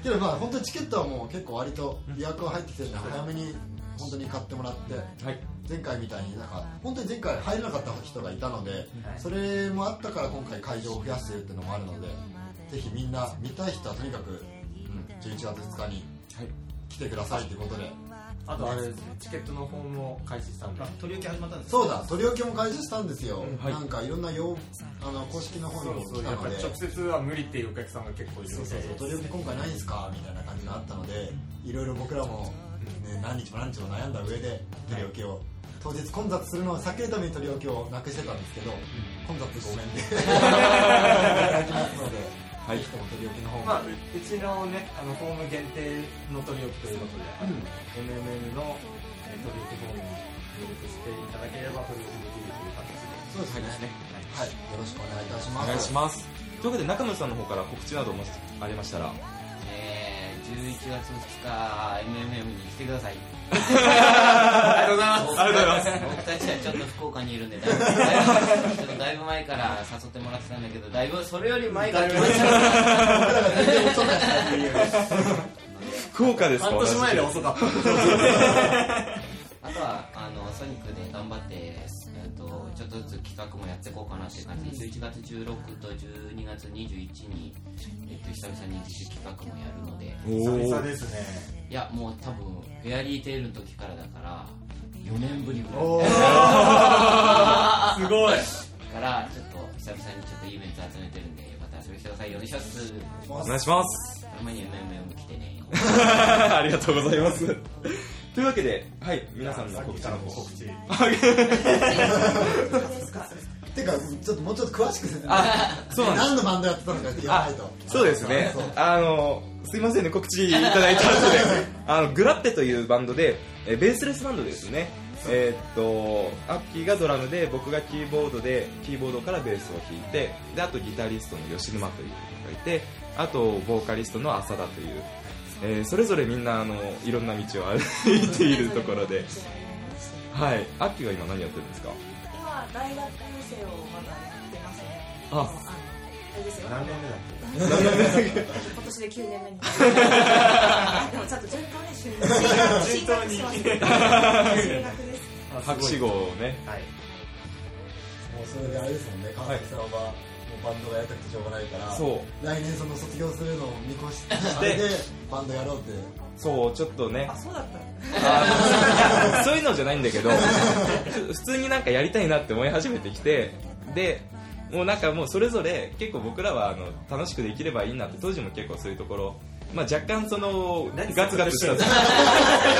Speaker 5: けどまあ本当にチケットはもう結構割と予約が入ってきてるんで早めに本当に買ってもらって、
Speaker 3: はい
Speaker 5: 前回みたいになんか本当に前回入れなかった人がいたので、それもあったから今回会場を増やしてるっていうのもあるのでぜひみんな見たい人はとにかく、11月2日に来てくださいってことで
Speaker 4: あとあれですねチケットの方も開始したんで
Speaker 6: あ取り置き始まったんです
Speaker 5: そうだ取り置きも開始したんですよ、
Speaker 3: はい
Speaker 5: なんかいろんな用あの公式の方
Speaker 4: そ
Speaker 5: に
Speaker 4: う
Speaker 5: も
Speaker 4: そ
Speaker 5: 来
Speaker 4: う
Speaker 5: た
Speaker 4: やっ
Speaker 5: の
Speaker 4: ぱ
Speaker 5: で
Speaker 4: り直接は無理っていうお客さんが結構いる
Speaker 5: そう
Speaker 4: みた
Speaker 5: そ
Speaker 4: いうで
Speaker 5: そう取り置き今回ないんすかみたいな感じがあったのでいろいろ僕らも、ね、何日も何日も悩んだ上で取り置きを当日混雑するのを避けるために取り置きをなくしてたんですけど、混雑ごめん でいただきますので、
Speaker 3: い
Speaker 5: ぜひとも取り置きの方も、
Speaker 4: まあ、ううちのね、あの、ホーム限定の取り置きということで、MMM の、えー取り置きフォームに入力していただければ取り置きできるという形で。
Speaker 5: そうですねはい、よろしくお願いいたしま
Speaker 3: お
Speaker 5: す
Speaker 3: 願いしますということで中野さんの方から告知などもしありましたら
Speaker 7: えー、11月2日 MMM に来てください
Speaker 3: ありがとうございありがとうございます
Speaker 7: 僕たちはちょっと福岡にいるんでだいぶだいぶちょっとだいぶ前から誘ってもらってたんだけどだいぶそれより前 から来ました
Speaker 5: 僕らが全然遅かったっていう
Speaker 3: 福岡ですか
Speaker 4: 半年前で遅かった。
Speaker 7: あとはあのソニックで頑張って、えっとちょっとずつ企画もやっていこうかなっていう感じで11月16と12月21に、えっと久々に自主企画もやるので
Speaker 3: おお
Speaker 4: ですね。
Speaker 7: いやもう多分フェアリーテールの時からだから4年ぶりぐらい
Speaker 5: おー
Speaker 4: すごい。
Speaker 7: からちょっと久久々にちょっといいメンツ集めてるんで、また遊びに来てください。お願いします。
Speaker 3: お願いします。
Speaker 7: たまにはめめも来てね。
Speaker 3: ありがとうございます。 というわけで、はい、皆さんの
Speaker 4: さっ
Speaker 3: 告
Speaker 4: き
Speaker 3: 知
Speaker 4: か
Speaker 3: の
Speaker 4: ら
Speaker 3: 方
Speaker 4: の告知
Speaker 5: てかちょっともうちょっと詳しく説明
Speaker 3: あ、そうなんです。
Speaker 5: 何のバンドやってたのかって言わないと
Speaker 3: そうです ね
Speaker 5: そう。
Speaker 3: あの、すいませんね、告知いただいた後で。 あの、グラッテというバンドで、えーベースレスバンドですね。えーっと、アッキーがドラムで、僕がキーボードで、キーボードからベースを弾いて、で、あとギタリストの吉沼という人がいて、あと、ボーカリストの浅田という、えーそれぞれみんな、あの、いろんな道を歩いているところで。はい。アッキーが今何やってるんですか
Speaker 9: 今大学生をまだやってますね
Speaker 3: あ
Speaker 9: のあれですよ
Speaker 4: 何年目だっ
Speaker 9: 今年で9年目にでもちゃんと順当に進学進学してます進学です
Speaker 4: け
Speaker 3: 博士号をね。
Speaker 4: はい
Speaker 5: もうそれであれですもんね川崎さんはもうバンドがやりたくてしょうがないから
Speaker 3: そう。
Speaker 5: 来年その卒業するのを見越してでバンドやろうって
Speaker 3: そう、ちょっとね
Speaker 9: あ。そうだった
Speaker 3: あのいや そういうのじゃないんだけど普通になんかやりたいなって思い始めてきてでもうなんかもうそれぞれ結構僕らはあの楽しくできればいいなって当時も結構そういうところ、まあ、若干そのガツガツした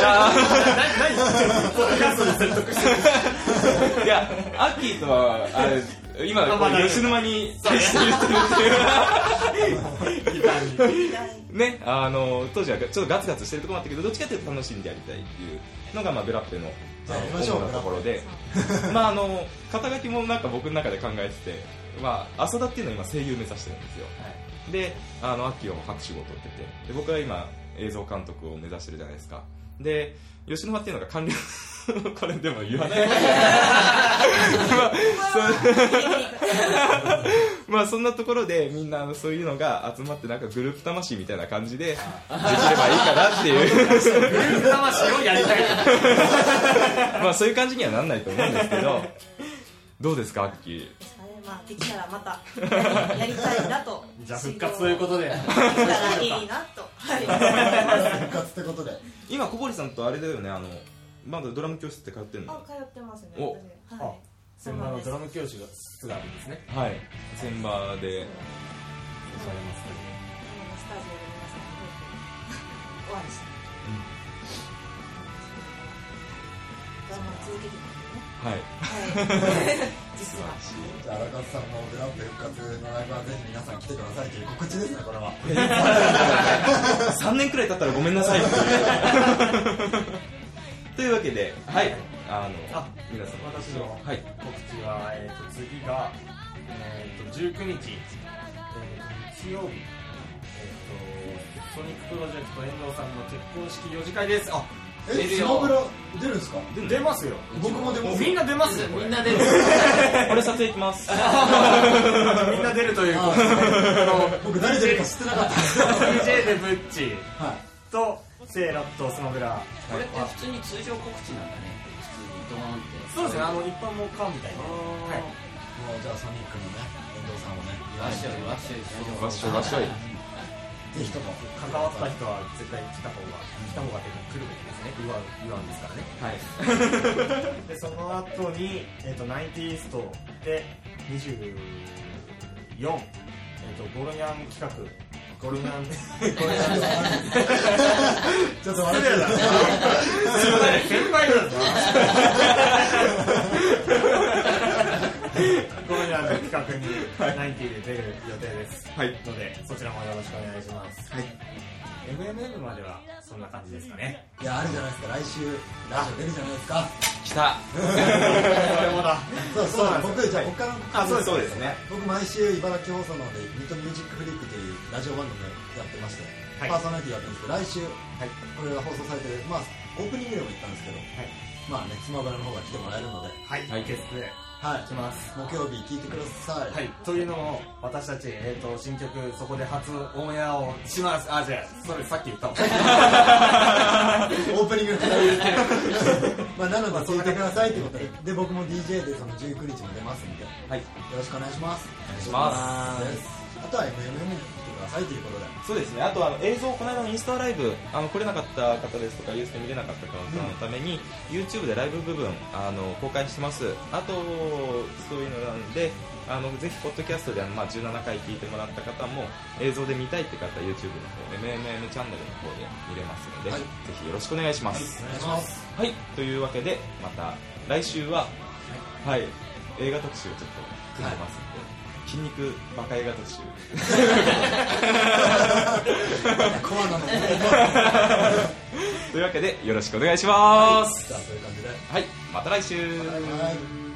Speaker 3: いやアッキーとはあれ今こう吉沼に対して言ってるっていうねあの当時はちょっとガツガツしてるところもあったけどどっちかっていうと楽しんでやりたいっていうのが、まあ、ブラッペのあ
Speaker 5: やりましょう
Speaker 3: の主なところでまああの肩書きもなんか僕の中で考えてて、まあ、浅田っていうのは今声優目指してるんですよ、であのアッキーはもう拍手を取っててで僕は今映像監督を目指してるじゃないですかで吉沼っていうのが官僚 これでも言わ ない まあそんなところでみんなあのそういうのが集まってなんかグループ魂みたいな感じでできればいいかなっていう
Speaker 6: 魂をやりたい
Speaker 3: まあそういう感じにはなんないと思うんですけ どどうですかアッキー
Speaker 9: あれまあできたらまたやりたいなと
Speaker 4: じゃあ復活ということで
Speaker 9: できたらいいなとはい
Speaker 5: 復活ってことで
Speaker 3: 今小堀さんとあれだよねあのまだドラム教室って通ってんの
Speaker 9: あ通ってますね
Speaker 3: お
Speaker 9: 私はいそう
Speaker 4: 専
Speaker 9: な
Speaker 4: 門
Speaker 9: ん
Speaker 4: の
Speaker 9: です
Speaker 4: ドラム教師が室があるんですね
Speaker 3: はい先場で
Speaker 4: 教わります
Speaker 9: スタジオで皆さんにお会いして、ドラマを続けてい
Speaker 3: はい
Speaker 9: くんだよね。はい。実は。
Speaker 5: じゃあ荒川さんのグランプリ復活のライブはぜひ皆さん来てくださいという告知ですねこれは
Speaker 3: 3年くらい経ったらごめんなさいっていうというわけではいあの
Speaker 4: あ
Speaker 3: 皆さん
Speaker 4: 私の
Speaker 3: はい
Speaker 4: 告知は、えー、と次が、えー、と19日、えー、と日曜日、えー、とソニックプロジェクト遠藤さんの結婚式四次会ですあ
Speaker 5: えスマブラ出るんですか
Speaker 4: 出ますよ
Speaker 5: 僕も出ます
Speaker 4: みんな出ますよこれ
Speaker 7: みんな出る。
Speaker 3: これ撮影行きます
Speaker 4: みんな出るという
Speaker 5: あ
Speaker 4: ことであの
Speaker 5: 僕誰出るか知ってなかった
Speaker 4: DJ でブッチ
Speaker 5: はい
Speaker 4: とセイラとスマブラ
Speaker 7: これって普通に通常告知なんだね。普通
Speaker 4: そう
Speaker 7: にドーンって。
Speaker 4: ですねあの一般も買うみたいなはい
Speaker 5: もうじゃあソニックのね遠藤さんをね
Speaker 7: わっしょいわっしょいそう
Speaker 3: わっしょいわっしょい
Speaker 5: ぜひとも
Speaker 4: 関わった人は絶対来た方が来た方がというか来るべきですね言わん言
Speaker 3: は
Speaker 4: わんですからね
Speaker 3: い
Speaker 4: でその後に、えっとナインティーストで24、えっとゴロニャン企画ゴロニャンゴロニャン
Speaker 5: ちょっと笑ってる
Speaker 4: 先輩だぞゴロニャンの企画にナインティーで出る予定です
Speaker 3: はい
Speaker 4: のでそちらもよろしくお願いします
Speaker 5: はい
Speaker 4: MMM まではそんな感じですかね
Speaker 5: いやあるじゃないですか来週ラジオ出るじゃないですか
Speaker 3: 来た
Speaker 4: それもだ
Speaker 5: そうそう
Speaker 4: そうなんです
Speaker 5: 僕じゃあ僕からの告知
Speaker 3: あそうですそうですね
Speaker 5: 僕毎週茨城放送の方でミートミュージックフリックというラジオ番組をやってまして、
Speaker 4: はい
Speaker 5: パーソナリティやってるんです
Speaker 4: い
Speaker 5: けど来週、これが放送されてるまあオープニングでも言ったんですけど、
Speaker 4: い
Speaker 5: まあねスマブラの方が来てもらえるので
Speaker 4: はい、
Speaker 3: はい
Speaker 4: ゲストで
Speaker 5: はい
Speaker 4: 来ます
Speaker 5: 木曜日聞いてください、
Speaker 4: はい、というのを私たち、えー、と新曲そこで初オンエアをしますあじゃあそれさっき言ったわ
Speaker 5: オープニングのくだりまあなので聞いてくださいってことでで僕も DJ でその19日も出ますんでよ
Speaker 3: はい
Speaker 5: ろしくお願いします
Speaker 3: お願いします
Speaker 5: ですあとは MMM に来てくださいということで
Speaker 3: そうですねあとあの映像この間のインスタライブあの来れなかった方ですとかユースで見れなかった方のために、YouTube でライブ部分あの公開してますあとそういうのなんであのぜひポッドキャストで、まあ、17回聞いてもらった方も映像で見たいって方は YouTube の方 MMM チャンネルの方で見れますので、ぜひよろしくお願いします、
Speaker 5: お願いします
Speaker 3: はい、というわけでまた来週は、はい映画特集をちょっと組んでますので、筋肉バカ映画特集
Speaker 5: コア なのね
Speaker 3: というわけでよろししくお願いします
Speaker 5: じゃあそういう感じで
Speaker 3: はい、また来週
Speaker 5: はい